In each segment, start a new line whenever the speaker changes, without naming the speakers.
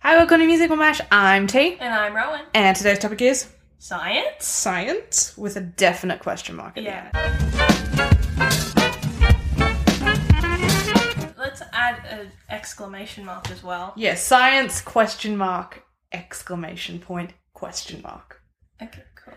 Hi, welcome to Musical Mash. I'm T,
And I'm Rowan.
and today's topic is
Science?
science with a definite question mark. at the
Yeah.
end.
Let's add an exclamation mark as well.
Yeah, science question mark exclamation point question mark.
Okay, cool.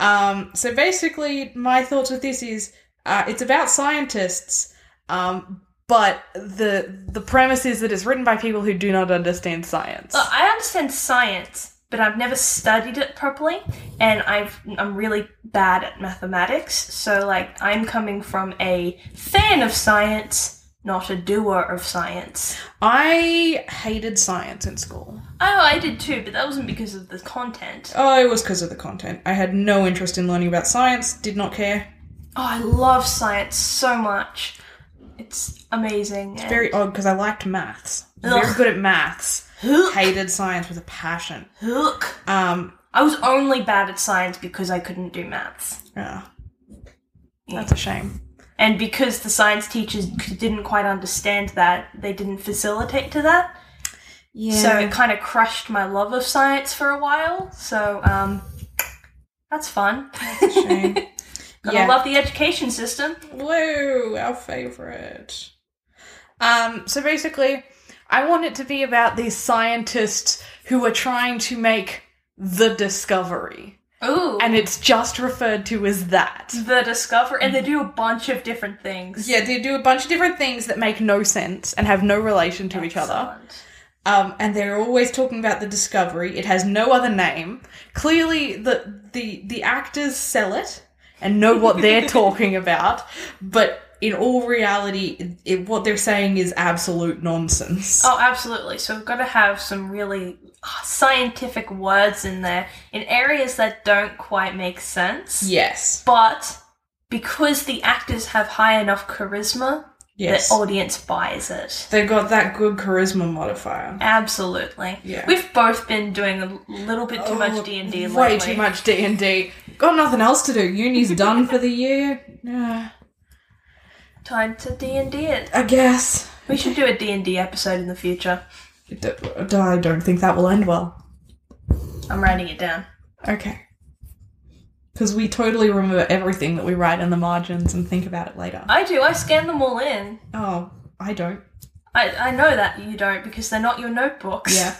Um, so basically, my thoughts with this is uh, it's about scientists, um, but the the premise is that it's written by people who do not understand science.
Look, I understand science, but I've never studied it properly, and I've I'm really bad at mathematics. So like I'm coming from a fan of science, not a doer of science.
I hated science in school.
Oh, I did too, but that wasn't because of the content. Oh,
Oh, it was because of the content. I had no interest in learning about science. Did not care.
Oh, I love science so much. It's amazing. and-
Very odd because I liked maths. Very
Ugh.
good at maths.
Ugh.
Hated science with a passion.
Look.
Um,
I was only bad at science because I couldn't do maths.
yeah. That's a shame.
And because the science teachers c- didn't quite understand that, they didn't facilitate to that.
Yeah.
So it kind of crushed my love of science for a while. So um, that's fun.
shame.
Gotta
Yeah.
love the education system.
Whoa, our favorite. Um, so basically, I want it to be about these scientists who are trying to make the discovery,
Ooh.
and it's just referred to as that.
the discover, and they do a bunch of different things.
Yeah, they do a bunch of different things that make no sense and have no relation to each other.
Excellent.
Um, and they're always talking about the discovery. It has no other name. Clearly, the the the actors sell it and know what they're talking about, but in all reality, it, what they're saying is absolute nonsense.
Oh, absolutely. So we've got to have some really scientific words in there in areas that don't quite make sense.
Yes,
but because the actors have high enough charisma,
yes.
the audience buys it.
They got that good charisma modifier.
Absolutely.
Yeah.
We've both been doing a little bit too
Oh,
much D and D lately.
Way too much D and D. Got nothing else to do. Uni's done for the year. Yeah,
Time to D and D it.
I guess.
We should do a D and D episode in the future.
D- I don't think that will end well.
I'm writing it down.
Okay. Because we totally remember everything that we write in the margins and think about it later.
I do. I scan them all in.
oh, I don't.
I, I know that you don't because they're not your notebooks.
Yeah.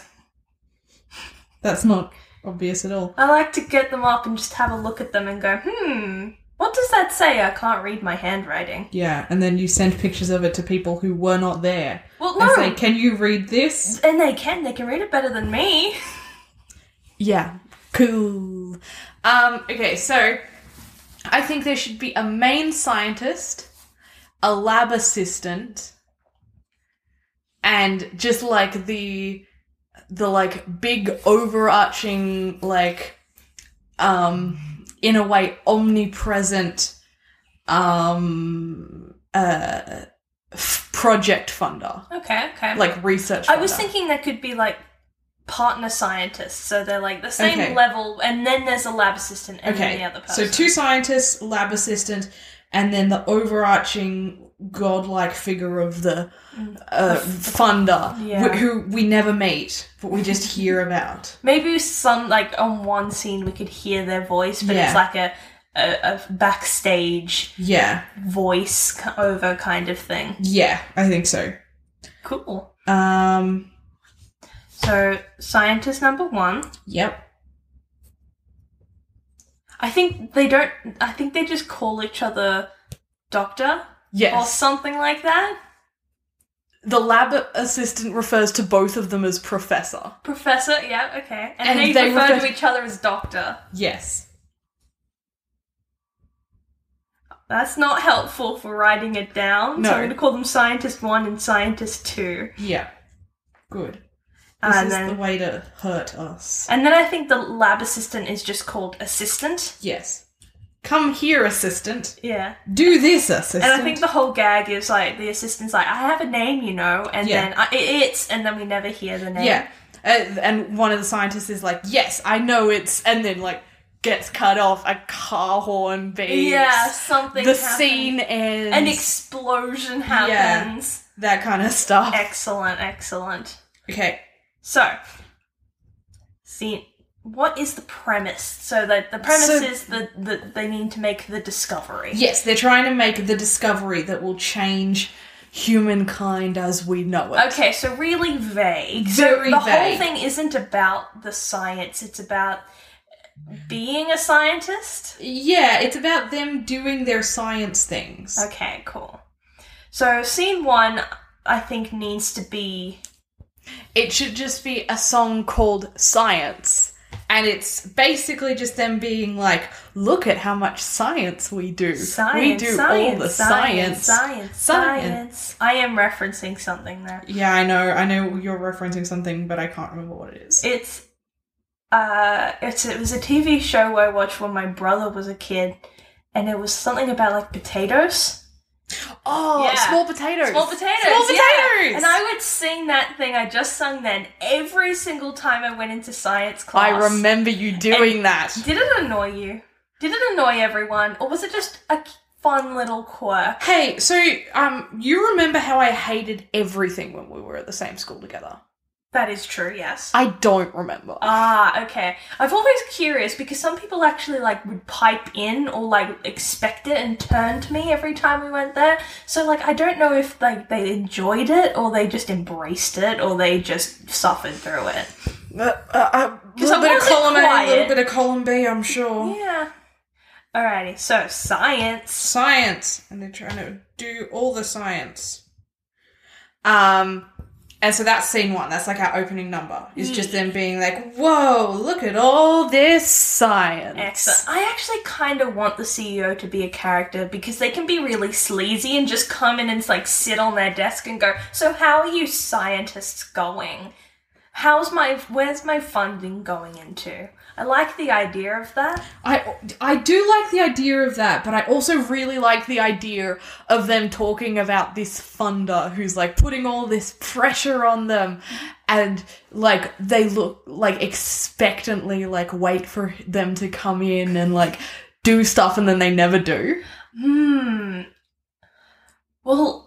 That's not obvious at all.
I like to get them up and just have a look at them and go, hmm, what does that say? I can't read my handwriting.
Yeah, and then you send pictures of it to people who were not there.
Well,
And
no.
say, can you read this?
And they can. They can read it better than me.
Yeah. Cool. Um, okay, so I think there should be a main scientist, a lab assistant, and just like the the like big overarching like um in a way omnipresent um uh f- project funder
Okay. Okay.
like research
I was
funder.
thinking that could be like partner scientists, so they're like the same
Okay.
level, and then there's a lab assistant and
Okay.
then the other person.
So two scientists, lab assistant, and then the overarching godlike figure of the uh, funder,
Yeah.
wh- who we never meet, but we just hear about.
Maybe some like on one scene we could hear their voice, but
Yeah.
it's like a, a a backstage
Yeah,
voice c- over kind of thing.
yeah, I think so.
Cool.
Um,
So, scientist number one.
yep.
I think they don't. I think they just call each other doctor or
Yes.
something like that.
the lab assistant refers to both of them as professor.
Professor, yeah, okay. And,
And
they,
they
refer,
refer-
to each other as doctor.
Yes.
That's not helpful for writing it down.
No.
So I'm going to call them scientist one and scientist two.
Yeah. Good. This
And
is
then,
the way to hurt us.
and then I think the lab assistant is just called assistant.
Yes. Come here, assistant.
Yeah.
Do this, assistant.
And I think the whole gag is like the assistant's like, I have a name, you know, and
Yeah.
then I, it, it's, and then we never hear the name.
Yeah. Uh, and one of the scientists is like, yes, I know it's. And then, like, gets cut off. A car horn beeps.
Yeah, something.
The
happens.
scene ends.
An explosion happens.
that kind of stuff.
Excellent, excellent.
okay.
So, see, what is the premise? So that the premise
So-
is that that they need to make the discovery.
Yes, they're trying to make the discovery that will change humankind as we know it.
Okay, so really vague.
Very
so the
vague.
whole thing isn't about the science. It's about being a scientist.
Yeah, it's about them doing their science things.
Okay, cool. So scene one, I think, needs to be
It should just be a song called Science. And it's basically just them being like, look at how much science we do. we
science.
do
science,
all the
science,
science.
science, science. I am referencing something there.
Yeah, I know. I know you're referencing something, but I can't remember what it is.
It's uh it's it was a TV show I watched when my brother was a kid and it was something about like potatoes.
oh,
Yeah.
small potatoes.
Small potatoes.
Small
yeah.
potatoes.
And I would sing that thing I just sung then every single time I went into science class.
I remember you doing that.
Did it annoy you? Did it annoy everyone? Or was it just a fun little quirk?
Hey, so um, you remember how I hated everything when we were at the same school together?
That is true, yes.
I don't remember.
Ah, okay. I've always curious because some people actually like would pipe in or like expect it and turn to me every time we went there. So like I don't know if like they enjoyed it or they just embraced it or they just suffered through it.
Uh, uh, a
I wasn't
A, little
quiet.
bit of column B, I'm sure.
Yeah. Alrighty. So science.
Science, and they're trying to do all the science. Um, and so that's scene one. That's like our opening number.
Hmm.
It's just them being like, "Whoa, look at all this science!"
Excellent. I actually kind of want the CEO to be a character because they can be really sleazy and just come in and like sit on their desk and go, "So how are you scientists going? How's my where's my funding going into?" I like the idea of that.
I I do like the idea of that, but I also really like the idea of them talking about this funder who's like putting all this pressure on them and like they look like expectantly like wait for them to come in and like do stuff and then they never do.
Hmm. Well,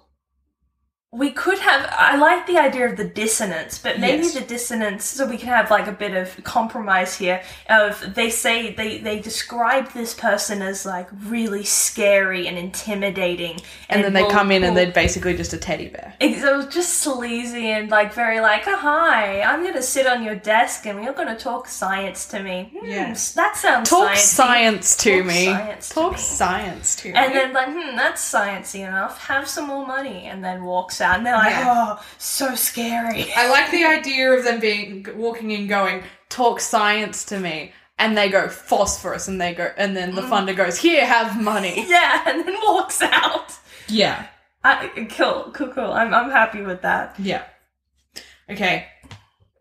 we could have. I like the idea of the dissonance, but maybe
Yes.
the dissonance. So we can have like a bit of compromise here. Of they say they they describe this person as like really scary and intimidating,
And, then they
will-
come in and
will-
they're basically just a teddy bear.
Ex- It was just sleazy and like very like, oh, hi, I'm gonna sit on your desk and you're gonna talk science to me. Hmm,
Yes.
that sounds
Talk
sciencey.
science to
Talk
me.
science to
Talk
me.
science to me.
And then like, hmm, that's sciencey enough. Have some more money, and then walks out. And they're like,
Yeah.
oh, so scary.
I like the idea of them being walking in, going talk science to me, and they go phosphorus, and they go, and then the funder goes, "Here, have money."
yeah, and then walks out.
Yeah,
I, cool, cool, cool. I'm, I'm happy with that.
yeah. Okay.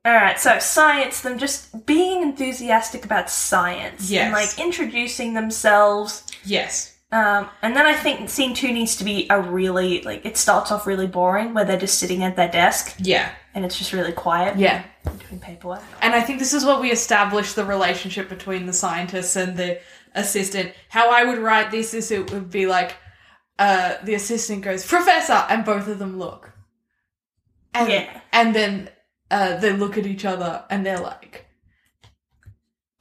All right, so science. Them just being enthusiastic about science
Yes.
and like introducing themselves.
Yes.
Um, and then I think scene two needs to be a really like it starts off really boring where they're just sitting at their desk
Yeah.
and it's just really quiet.
Yeah.
doing paperwork.
And I think this is what we establish the relationship between the scientists and the assistant. How I would write this is it would be like uh, the assistant goes, Professor! And both of them look. And,
Yeah.
And then uh, they look at each other and they're like,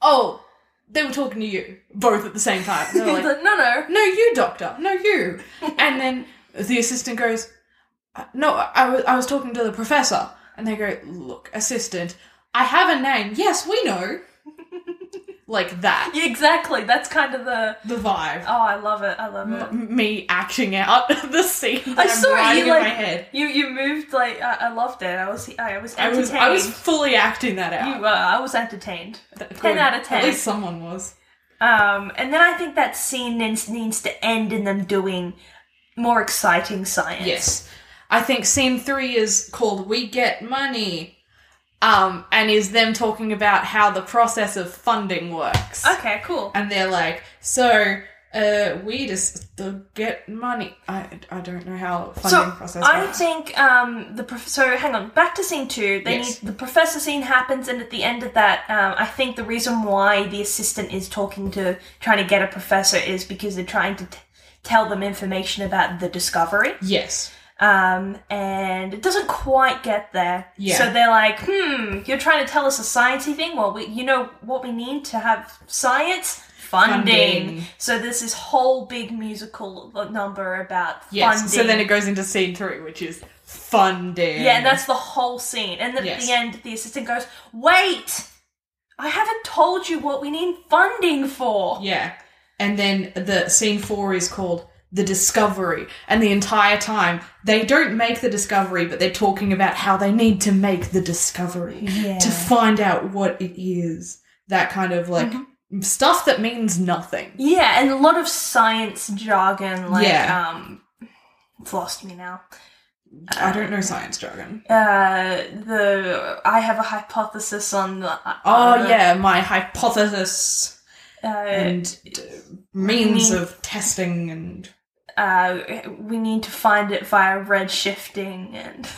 Oh, they were talking to you, both at the same time. And they're like,
But no, no,
No, you, doctor. No, you. and then the assistant goes, uh, no, I wa- I was talking to the professor, and they go, look, assistant, I have a name. Yes, we know. like that,
Yeah, exactly. That's kind of the.
the vibe.
Oh, I love it. I love it.
M- me acting out the scene Mm. that
I
I am
saw it.
writing
You
in
like
my head.
you you moved like I, I loved it. I was I was
I
entertained.
was, I was fully acting that out.
you were. I was entertained. Ten
Good.
out of ten.
At least someone was.
Um, and then I think that scene needs, needs to end in them doing more exciting science.
Yes. I think scene three is called We Get Money. Um, and is them talking about how the process of funding works.
Okay. Cool.
And they're like, so uh, we just the get money. I, I don't know how funding
So
process
I
works.
think um, the prof- so hang on back to scene two. They
Yes.
need, the professor scene happens, and at the end of that, um, I think the reason why the assistant is talking to trying to get a professor is because they're trying to t- tell them information about the discovery.
yes.
Um, and it doesn't quite get there.
Yeah.
So they're like, hmm, you're trying to tell us a sciencey thing? Well, we, you know what we need to have science? Funding.
Funding.
So there's this whole big musical number about
Yes.
funding.
So then it goes into scene three, which is funding.
Yeah, and that's the whole scene. And then
Yes.
at the end, the assistant goes, wait! I haven't told you what we need funding for.
Yeah. And then the scene four is called The Discovery. And the entire time, they don't make the discovery, but they're talking about how they need to make the discovery to find out what it is. That kind of like stuff that means nothing.
Yeah, and a lot of science jargon. Like,
Yeah.
um, it's lost me now.
I don't know science jargon.
Uh, the I have a hypothesis on the.
Oh,
on the,
yeah, my hypothesis
Uh,
and uh, means
mean-
of testing and.
uh, we need to find it via redshifting, and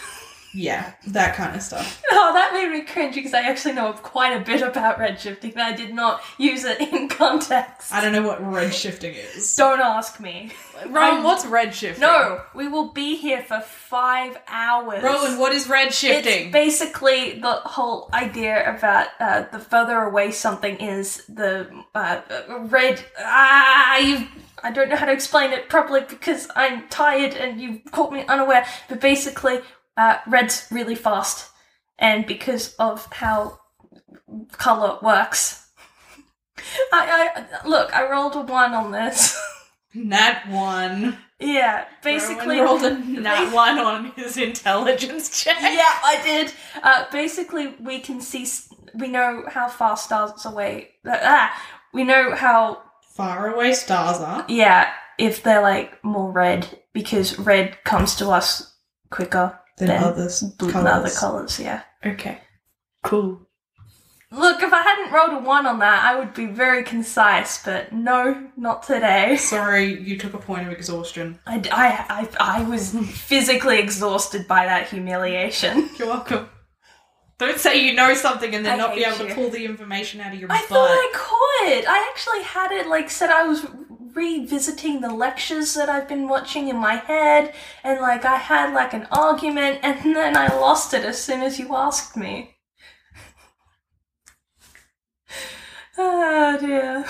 Yeah, that kind of stuff.
oh, that made me cringe because I actually know quite a bit about redshifting, and I did not use it in context.
I don't know what redshifting is.
Don't ask me.
Rowan, what's redshifting?
No, we will be here for five hours.
Rowan, what is
It's
redshifting?
basically the whole idea about uh, the further away something is, the uh, uh, red. Ah, you. I don't know how to explain it properly because I'm tired and you caught me unaware. But basically, uh, red's really fast, and because of how color works. I, I look. I rolled a one on this.
Nat one.
yeah, basically
Rowan rolled a nat one on his intelligence check.
yeah, I did. Uh, basically, we can see, s- we know how far stars away. Ah, we know how,
Far away stars are.
yeah, if they're like more red, because red comes to us quicker
Than
than
others
blue-
colours.
other colours, yeah.
Okay. Cool.
Look, if I hadn't rolled a one on that, I would be very concise, but no, not today.
Sorry, you took a point of exhaustion.
I, I, I, I was physically exhausted by that humiliation.
You're welcome. Don't say you know something and then
I
not be
hate
able to
you.
pull the information out of your
I
butt.
thought I could. I actually had it like said I was revisiting the lectures that I've been watching in my head and like I had like an argument and then I lost it as soon as you asked me. oh dear.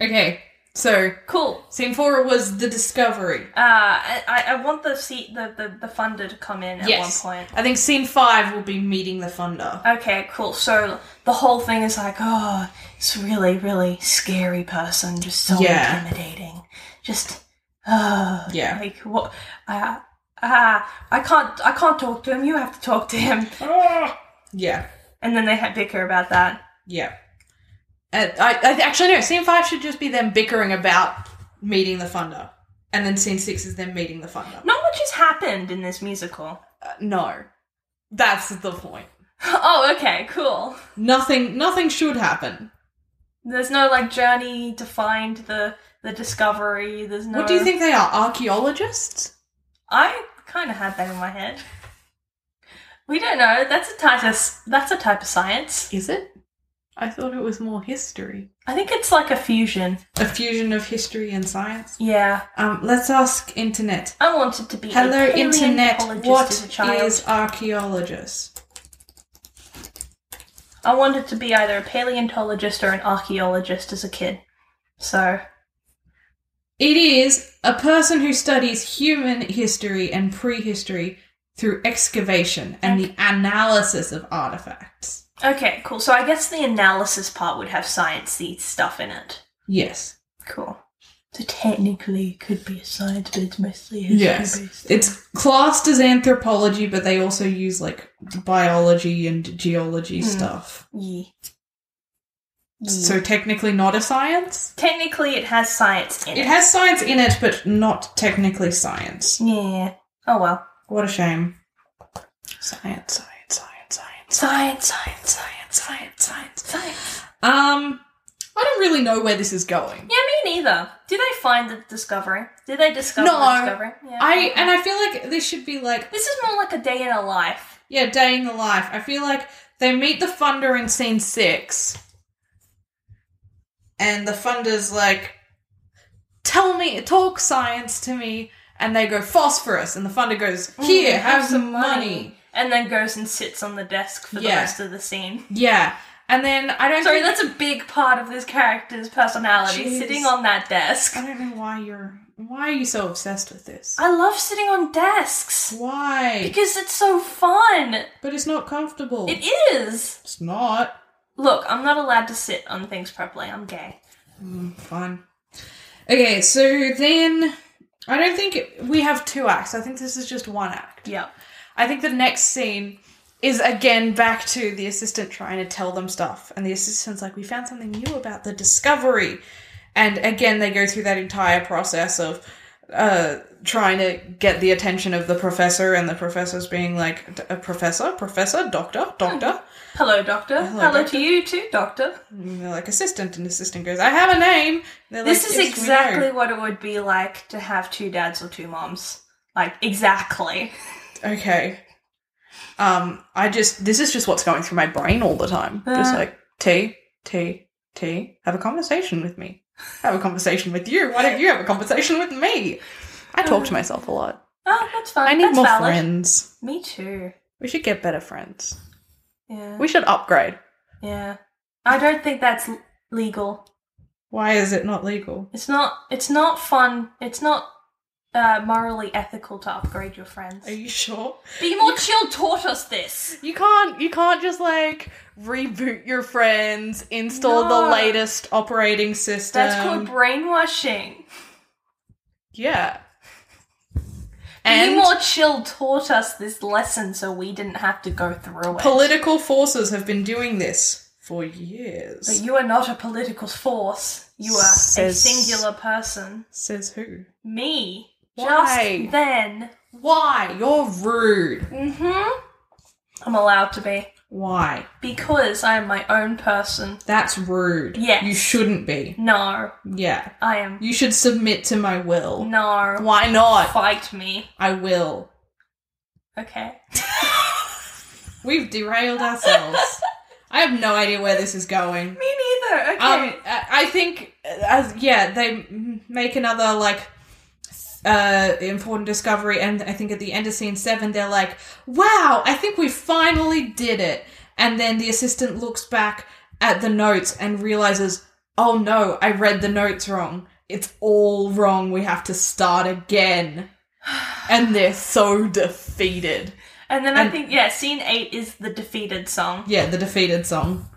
Okay, so
Cool.
scene four was the discovery.
Uh, I, I- I want the seat the, the, the funder to come in at
yes.
one point.
I think scene five will be meeting the funder.
Okay, cool. So the whole thing is like, oh, it's really, really scary person, just so
Yeah.
intimidating. Just, oh,
Yeah.
Like what? Ah, ah, I can't, I can't talk to him. You have to talk to him.
Yeah.
And then they had bicker about that.
Yeah. Uh, I, I actually no. Scene five should just be them bickering about meeting the funder, and then scene six is them meeting the funder.
Not much has happened in this musical.
Uh, no, that's the point.
Oh, okay, cool.
Nothing. Nothing should happen.
There's no like journey to find the the discovery. There's no.
What do you think they are? Archaeologists?
I kind of had that in my head. We don't know. That's a type of that's a type of science.
Is it? I thought it was more history.
I think it's like a fusion.
A fusion of history and science.
Yeah,
Um, let's ask internet.
I wanted to be.
Hello,
a
internet.
paleontologist
What
as a child.
is archaeologist?
I wanted to be either a paleontologist or an archaeologist as a kid. So
It is a person who studies human history and prehistory through excavation and the analysis of artifacts.
Okay, cool. So I guess the analysis part would have sciencey stuff in it.
Yes.
Cool. So technically, it could be a science, but it's mostly history
Yes. It's classed as anthropology, but they also use like biology and geology stuff.
Yeah. Hmm.
So technically not a science?
Technically, it has science in it.
It has science in it, but not technically science.
Yeah. Oh well.
What a shame. Science, science, science, science.
Science, science, science, science, science, science.
Um, I don't really know where this is going.
Yeah, me neither. Did they find the discovery? Did they discover
No,
the discovery? Yeah.
I and I feel like this should be like
This is more like a day in a life.
yeah, day in the life. I feel like they meet the funder in scene six, and the funder's like, "Tell me, talk science to me," and they go phosphorus, and the funder goes, "Here, Oh, have, some money."
And then goes and sits on the desk for the
Yeah.
rest of the scene.
Yeah, and then I don't.
Sorry,
think-
that's a big part of this character's personality,
Jeez.
sitting on that desk.
I don't know why you're. Why are you so obsessed with this?
I love sitting on desks
Why?
because it's so fun.
but it's not comfortable.
It is.
It's not.
Look, I'm not allowed to sit on things properly. I'm gay.
Mm, Fine. Okay, so then I don't think it- we have two acts. I think this is just one act.
Yep.
I think the next scene is again back to the assistant trying to tell them stuff, and the assistant's like, "We found something new about the discovery," and again they go through that entire process of uh, trying to get the attention of the professor, and the professor's being like, "D- uh, "Professor, professor, doctor, doctor."
Hello, Doctor. Hello,
Doctor.
to you too, Doctor.
And they're like, "Assistant," and the assistant goes, "I have a name." They're like,
Hmm. This is
"Yes, we know."
exactly what it would be like to have two dads or two moms. Like, exactly.
Okay. Um, I just this is just what's going through my brain all the time. just
Uh.
like T T T. Have a conversation with me. Have a conversation with you. Why don't you have a conversation with me? I talk to myself a lot.
Oh, that's fine.
I need
that's
more
valid.
friends.
Me too.
We should get better friends.
Yeah.
We should upgrade.
yeah. I don't think that's l- legal.
Why is it not legal?
It's not. It's not fun. It's not uh, morally ethical to upgrade your friends.
Are you sure?
Be more chill. Taught us this.
You can't you can't just like reboot your friends, install the
No.
latest operating system.
That's called brainwashing.
Yeah.
Be more chill. Taught us this lesson, so we didn't have to go through it.
Political forces have been doing this for years.
But you are not a political force. You are
Says-
a singular person.
Says who?
Me.
Why?
Just then.
Why? You're rude.
Mm-hmm. I'm allowed to be.
Why?
Because I am my own person.
That's rude.
Yes.
You shouldn't be.
No.
Yeah.
I am.
You should submit to my will.
No.
Why not?
Fight me.
I will.
Okay.
We've derailed ourselves. I have no idea where this is going.
Me neither. Okay.
Um, I I think, uh, as, yeah, they m- make another like uh, important discovery, and I think at the end of scene seven, they're like, "Wow, I think we finally did it." And then the assistant looks back at the notes and realizes, "Oh no, I read the notes wrong. It's all wrong. We have to start again." And they're so defeated.
and then I think yeah, scene eight is the defeated song.
Yeah, the defeated song.